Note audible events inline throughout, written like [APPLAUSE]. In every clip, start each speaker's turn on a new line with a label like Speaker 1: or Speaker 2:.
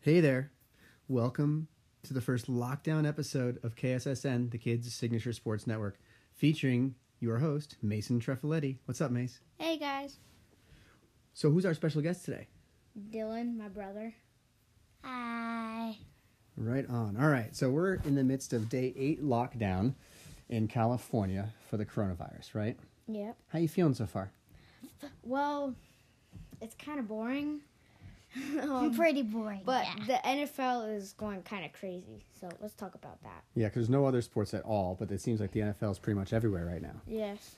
Speaker 1: Hey there. Welcome to the first lockdown episode of KSSN, the Kids Signature Sports Network, featuring your host, Mason Trefaletti. What's up, Mace?
Speaker 2: Hey guys,
Speaker 1: So, who's our special guest today?
Speaker 2: Dylan, my brother. Hi.
Speaker 1: Right on. All right. So, we're in the midst of day eight lockdown in California for the coronavirus, right?
Speaker 2: Yep.
Speaker 1: How you feeling so far?
Speaker 2: Well, it's kind of [LAUGHS] boring. Um,
Speaker 3: pretty boring.
Speaker 2: but
Speaker 3: yeah.
Speaker 2: the NFL is going kind of crazy, so let's talk about that.
Speaker 1: Yeah, because there's no other sports at all, but it seems like the NFL is pretty much everywhere right now.
Speaker 2: Yes.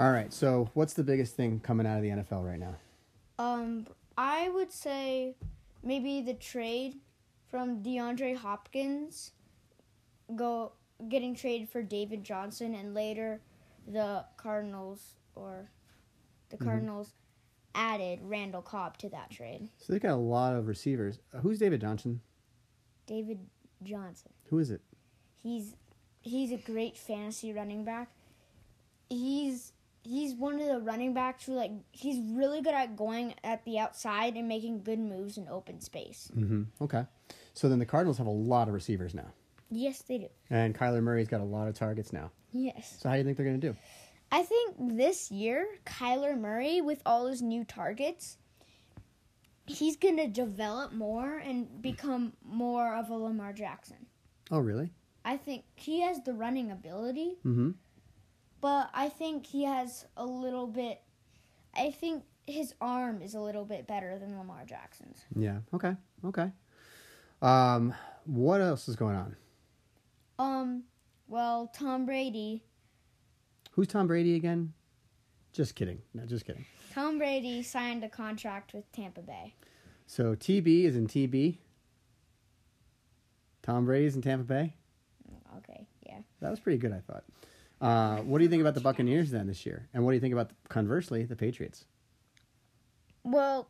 Speaker 1: All right. So, what's the biggest thing coming out of the NFL right now?
Speaker 2: Um, I would say maybe the trade from DeAndre Hopkins go getting traded for David Johnson and later the Cardinals or the Cardinals added Randall Cobb to that trade.
Speaker 1: So, they've got a lot of receivers. Uh, who's David Johnson?
Speaker 2: David Johnson.
Speaker 1: Who is it?
Speaker 2: He's he's a great fantasy running back. He's he's one of the running backs who like he's really good at going at the outside and making good moves in open space.
Speaker 1: hmm Okay. So then the Cardinals have a lot of receivers now.
Speaker 2: Yes, they do.
Speaker 1: And Kyler Murray's got a lot of targets now.
Speaker 2: Yes.
Speaker 1: So how do you think they're going to do?
Speaker 2: I think this year Kyler Murray with all his new targets he's going to develop more and become more of a Lamar Jackson.
Speaker 1: Oh, really?
Speaker 2: I think he has the running ability.
Speaker 1: Mm-hmm.
Speaker 2: but I think he has a little bit. I think his arm is a little bit better than Lamar Jackson's.
Speaker 1: Yeah. Okay. Okay. Um, what else is going on?
Speaker 2: Um, well, Tom Brady.
Speaker 1: Who's Tom Brady again? Just kidding. No, just kidding.
Speaker 2: Tom Brady signed a contract with Tampa Bay.
Speaker 1: So TB is in TB. Tom Brady's in Tampa Bay.
Speaker 2: Okay, yeah.
Speaker 1: That was pretty good, I thought. Uh, what do you think about the Buccaneers then this year? And what do you think about, conversely, the Patriots?
Speaker 2: Well,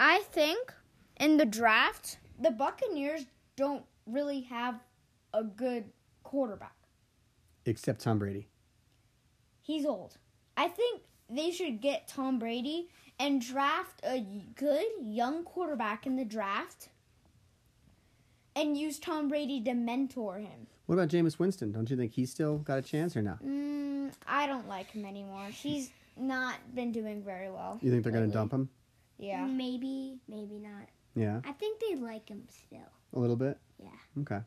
Speaker 2: I think in the draft, the Buccaneers don't really have a good quarterback.
Speaker 1: Except Tom Brady.
Speaker 2: He's old. I think they should get Tom Brady and draft a good young quarterback in the draft and use Tom Brady to mentor him.
Speaker 1: What about Jameis Winston? Don't you think he's still got a chance or no?
Speaker 2: Mm, I don't like him anymore. He's not been doing very well.
Speaker 1: You think they're going to
Speaker 2: lately.
Speaker 1: dump him?
Speaker 2: Yeah.
Speaker 3: Mm. maybe, maybe not.
Speaker 1: Yeah.
Speaker 3: I think they like him still.
Speaker 1: A little bit?
Speaker 3: Yeah.
Speaker 1: Okay.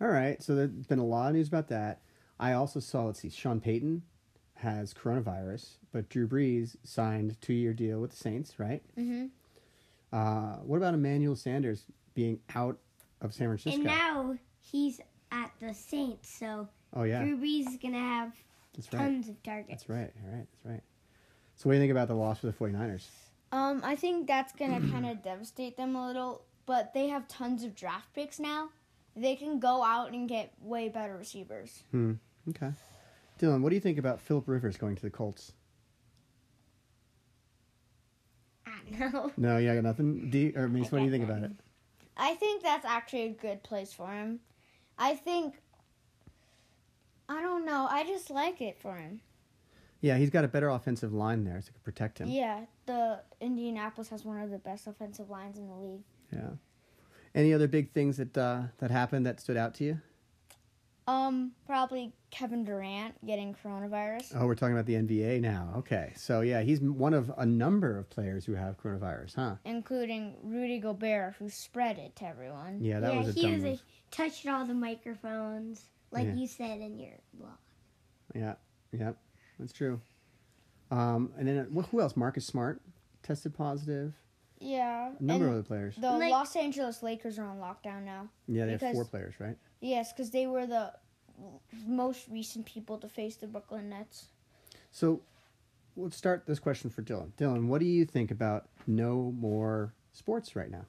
Speaker 1: All right. So there's been a lot of news about that. I also saw, let's see, Sean Payton has coronavirus, but Drew Brees signed two year deal with the Saints, right?
Speaker 3: Mm-hmm.
Speaker 2: Mhm.
Speaker 1: Uh, what about Emmanuel Sanders being out of San Francisco?
Speaker 3: and now he's at the Saints, so
Speaker 1: oh, yeah.
Speaker 3: Drew Brees is gonna have
Speaker 1: that's right.
Speaker 3: tons of targets.
Speaker 1: That's right. All right. That's right. So what do you think about the loss for the 49ers?
Speaker 2: Um, I think that's going to kind of devastate them a little, but they have tons of draft picks now. They can go out and get way better receivers.
Speaker 1: Hmm. Okay. Dylan, what do you think about Philip Rivers going to the Colts?
Speaker 3: I don't know.
Speaker 1: No, yeah, I got nothing. D or Mace, what do you think about it?
Speaker 2: I think that's actually a good place for him. I think I don't know. I just like it for him.
Speaker 1: Yeah, he's got a better offensive line there, so it could protect him.
Speaker 2: Yeah, the Indianapolis has one of the best offensive lines in the league.
Speaker 1: Yeah. Any other big things that uh, that happened that stood out to you?
Speaker 2: Um, probably Kevin Durant getting coronavirus.
Speaker 1: Oh, we're talking about the NBA now. Okay, so yeah, he's m- one of a number of players who have coronavirus, huh?
Speaker 2: Including Rudy Gobert, who spread it to everyone.
Speaker 1: Yeah, that
Speaker 3: [LAUGHS] yeah,
Speaker 1: was a
Speaker 3: he
Speaker 1: dumb
Speaker 3: was a,
Speaker 1: move.
Speaker 3: touched all the microphones, like
Speaker 1: Yeah.
Speaker 3: you said in your blog.
Speaker 1: Yeah, yeah, that's true. Um, and then uh, wh- who else? Marcus Smart tested positive.
Speaker 2: Yeah,
Speaker 1: A number
Speaker 2: and
Speaker 1: of other players.
Speaker 2: the
Speaker 3: Like-
Speaker 2: Los Angeles Lakers are on lockdown now.
Speaker 1: Yeah, they have
Speaker 2: because-
Speaker 1: four players, right?
Speaker 2: Yes, because they were the most recent people to face the Brooklyn Nets.
Speaker 1: So let's start this question for Dylan. Dylan, what do you think about no more sports right now?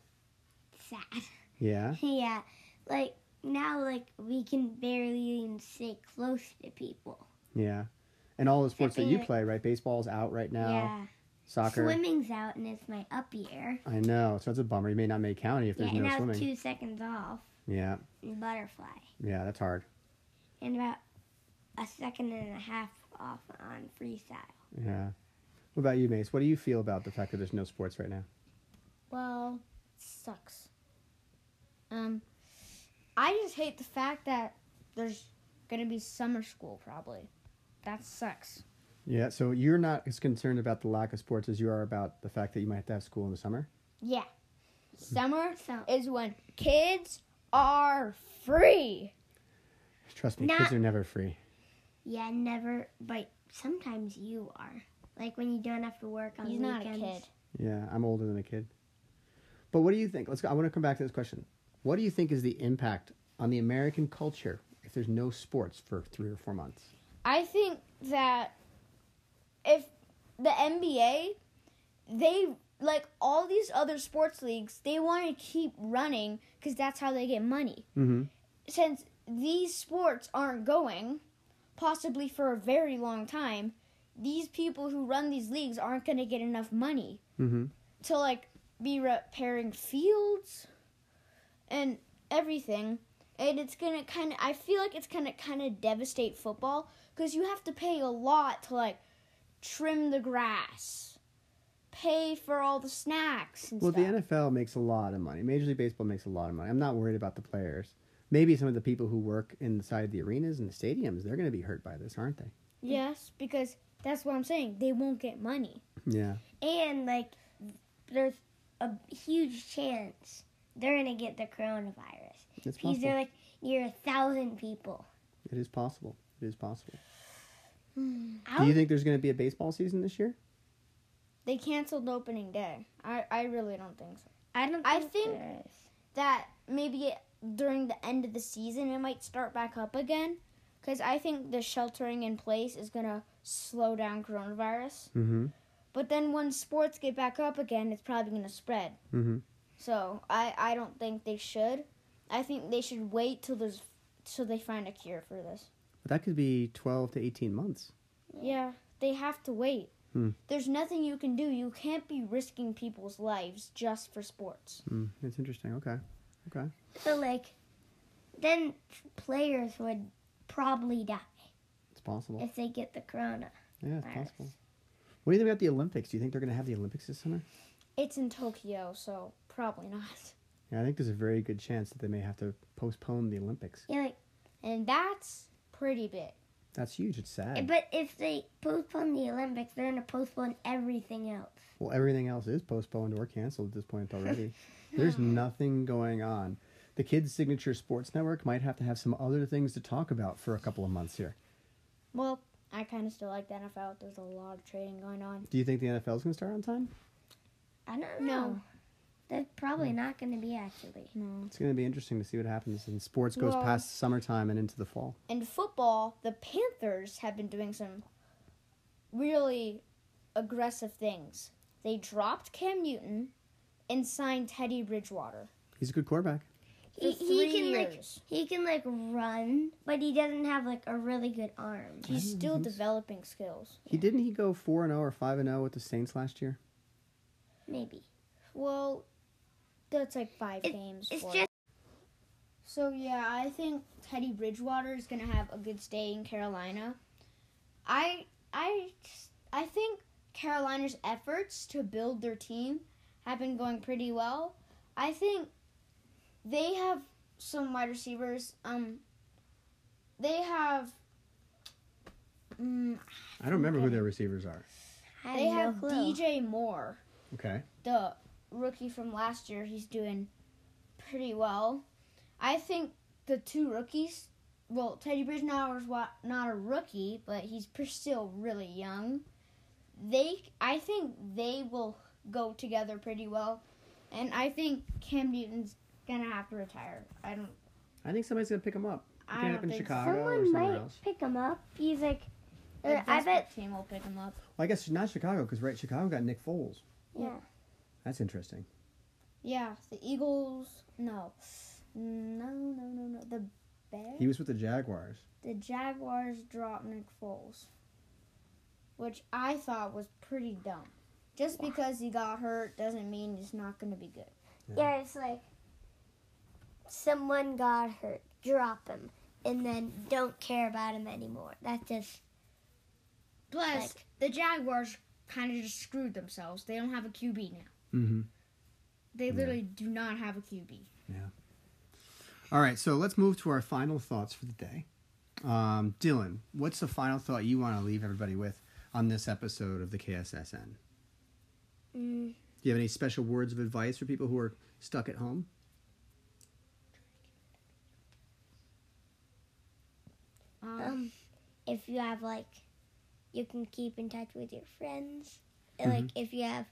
Speaker 3: Sad.
Speaker 1: Yeah.
Speaker 3: [LAUGHS] yeah, like now, like we can barely even stay close to people.
Speaker 1: Yeah. And all the sports that you
Speaker 3: Fifteen-
Speaker 1: play, right? Baseball's out right now.
Speaker 3: yeah,
Speaker 1: Soccer.
Speaker 3: swimming's out, and it's my up year.
Speaker 1: I know. So that's a bummer. You may not make county if
Speaker 3: Yeah,
Speaker 1: there's
Speaker 3: and
Speaker 1: no
Speaker 3: I was
Speaker 1: swimming.
Speaker 3: two seconds off
Speaker 1: Yeah.
Speaker 3: in butterfly,
Speaker 1: Yeah, that's hard.
Speaker 3: and about a second and a half off on freestyle.
Speaker 1: Yeah. What about you, Mace? What do you feel about the fact that there's no sports right now?
Speaker 2: Well, sucks. Um, I just hate the fact that there's gonna be summer school probably. That sucks.
Speaker 1: Yeah, so you're not as concerned about the lack of sports as you are about the fact that you might have to have school in the summer.
Speaker 2: Yeah, summer
Speaker 3: So-
Speaker 2: is when kids are free.
Speaker 1: Trust me,
Speaker 3: Nah.
Speaker 1: kids are never free.
Speaker 3: Yeah, never. But sometimes you are. Like when you don't have to work on
Speaker 2: He's not a
Speaker 3: weekends.
Speaker 2: kid.
Speaker 1: Yeah, I'm older than a kid. But what do you think? Let's go. I want to come back to this question. What do you think is the impact on the American culture if there's no sports for three or four months?
Speaker 2: I think that if the NBA, they like all these other sports leagues, they want to keep running because that's how they get money.
Speaker 1: Mm-hmm.
Speaker 2: Since these sports aren't going, possibly for a very long time, these people who run these leagues aren't going to get enough money
Speaker 1: Mm-hmm.
Speaker 2: to like be repairing fields and everything and it's gonna kind of i feel like it's gonna kind of devastate football because you have to pay a lot to like trim the grass pay for all the snacks and
Speaker 1: Well,
Speaker 2: stuff
Speaker 1: the NFL makes a lot of money. Major League Baseball makes a lot of money. I'm not worried about the players. Maybe some of the people who work inside the arenas and the stadiums, they're going to be hurt by this, aren't they?
Speaker 2: yes because that's what i'm saying they won't get money
Speaker 1: Yeah.
Speaker 3: And like, there's a huge chance they're gonna get the coronavirus
Speaker 1: It's
Speaker 3: because
Speaker 1: possible.
Speaker 3: they're like near a thousand people.
Speaker 1: It is possible. It is possible.
Speaker 3: I
Speaker 1: Do you
Speaker 3: would,
Speaker 1: think there's going to be a baseball season this year?
Speaker 2: they canceled opening day i, I really don't think so
Speaker 3: I don't. Think
Speaker 2: I think-
Speaker 3: there is.
Speaker 2: that maybe during the end of the season it might start back up again because i think the sheltering in place is going to slow down coronavirus
Speaker 1: Mm-hmm.
Speaker 2: but then when sports get back up again it's probably going to spread
Speaker 1: Mm-hmm.
Speaker 2: so I, I don't think they should i think they should wait till there's till they find a cure for this
Speaker 1: But that could be 12 to 18 months.
Speaker 2: yeah they have to wait
Speaker 1: Hmm.
Speaker 2: there's nothing you can do you can't be risking people's lives just for sports
Speaker 1: Mm, that's interesting. Okay. Okay.
Speaker 3: So like, then players would probably die
Speaker 1: It's possible.
Speaker 3: if they get the corona.
Speaker 1: yeah, it's
Speaker 3: virus.
Speaker 1: possible. What do you think about the Olympics? Do you think they're going to have the Olympics this summer?
Speaker 2: it's in tokyo so probably not
Speaker 1: Yeah, I think there's a very good chance that they may have to postpone the Olympics.
Speaker 3: Yeah, like,
Speaker 2: and that's pretty big
Speaker 1: That's huge. It's sad.
Speaker 3: but if they postpone the Olympics, they're gonna postpone everything else.
Speaker 1: Well, everything else is postponed or canceled at this point
Speaker 2: [LAUGHS]
Speaker 1: already. There's nothing going on. The Kids Signature Sports Network might have to have some other things to talk about for a couple of months here.
Speaker 2: Well, I kind of still like the NFL. There's a lot of trading going on.
Speaker 1: Do you think the NFL is going to start on time?
Speaker 3: I don't know.
Speaker 2: No.
Speaker 3: They're probably not gonna be actually.
Speaker 2: No.
Speaker 1: It's going to be interesting to see what happens. And sports goes
Speaker 2: Well-
Speaker 1: past summertime and into the fall.
Speaker 2: In football, the Panthers have been doing some really aggressive things. They dropped Cam Newton and signed Teddy Bridgewater.
Speaker 1: He's a good quarterback.
Speaker 2: For
Speaker 3: He,
Speaker 2: three
Speaker 3: he can like
Speaker 2: years.
Speaker 3: he can like run, but he doesn't have like a really good arm.
Speaker 2: He's
Speaker 1: don't
Speaker 2: still
Speaker 1: think so.
Speaker 2: developing skills.
Speaker 1: He didn't he go four and zero or five and zero with the Saints last year?
Speaker 3: Maybe
Speaker 2: Well, that's like five
Speaker 3: It-
Speaker 2: games.
Speaker 3: it's
Speaker 2: for
Speaker 3: just
Speaker 2: So yeah, I think Teddy Bridgewater is gonna have a good stay in Carolina. I I just- I think Carolina's efforts to build their team have been going pretty well. I think they have some wide receivers. Um, they have. Mm,
Speaker 1: I don't remember who their receivers are.
Speaker 3: I
Speaker 2: they
Speaker 3: have
Speaker 2: have
Speaker 3: no clue.
Speaker 2: DJ Moore,
Speaker 1: Okay.
Speaker 2: the rookie from last year. He's doing pretty well. I think the two rookies. Well, Teddy Bridgewater is wa- not a rookie, but he's pr- still really young. They, I think they will go together pretty well, and I think Cam Newton's gonna have to retire. I don't.
Speaker 1: I think somebody's going to pick him up. It
Speaker 2: I
Speaker 1: could
Speaker 2: don't
Speaker 1: happen in
Speaker 2: think so.
Speaker 1: Chicago or
Speaker 3: Someone
Speaker 1: somewhere
Speaker 3: might
Speaker 1: else.
Speaker 3: pick him up. He's like,
Speaker 2: the
Speaker 3: uh, I
Speaker 2: Pittsburgh
Speaker 3: bet.
Speaker 2: team will pick him up.
Speaker 1: Well, I guess not Chicago because right, Chicago got Nick Foles.
Speaker 3: Yeah.
Speaker 1: That's interesting.
Speaker 2: Yeah, the Eagles. No, no, no, no, no. The Bears.
Speaker 1: He was with the Jaguars.
Speaker 2: the Jaguars dropped Nick Foles, which I thought was pretty dumb. Just because he got hurt doesn't mean he's not going to be good.
Speaker 3: Yeah, it's like someone got hurt, drop him, and then don't care about him anymore. That's just
Speaker 2: Plus, the Jaguars kind of just screwed themselves. They don't have a QB now.
Speaker 1: Mm-hmm.
Speaker 2: They literally do not have a QB.
Speaker 1: All right, so let's move to our final thoughts for the day. Um, Dylan, what's the final thought you want to leave everybody with on this episode of the KSSN?
Speaker 2: Mm.
Speaker 1: Do you have any special words of advice for people who are stuck at home?
Speaker 2: Um,
Speaker 3: Um, if you have like, you can keep in touch with your friends. And, Like if you have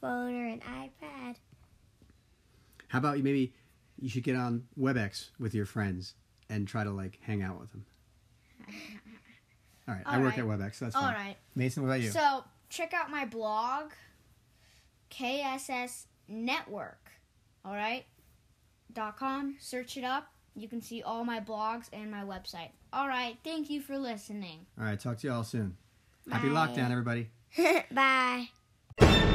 Speaker 3: phone or an iPad. [LAUGHS]
Speaker 1: How about you maybe you should get on WebEx with your friends and try to like hang out
Speaker 2: [LAUGHS]
Speaker 1: with them. All right, I
Speaker 2: All
Speaker 1: work
Speaker 2: right.
Speaker 1: at WebEx. So that's
Speaker 2: all
Speaker 1: fine.
Speaker 2: right.
Speaker 1: Mason, what about you?
Speaker 2: So check out my blog, KSS Network. All right, dot com. Search it up. You can see all my blogs and my website. All right. Thank you for listening.
Speaker 1: all right, talk to you all soon. Happy
Speaker 3: Bye.
Speaker 1: lockdown, everybody.
Speaker 3: Bye.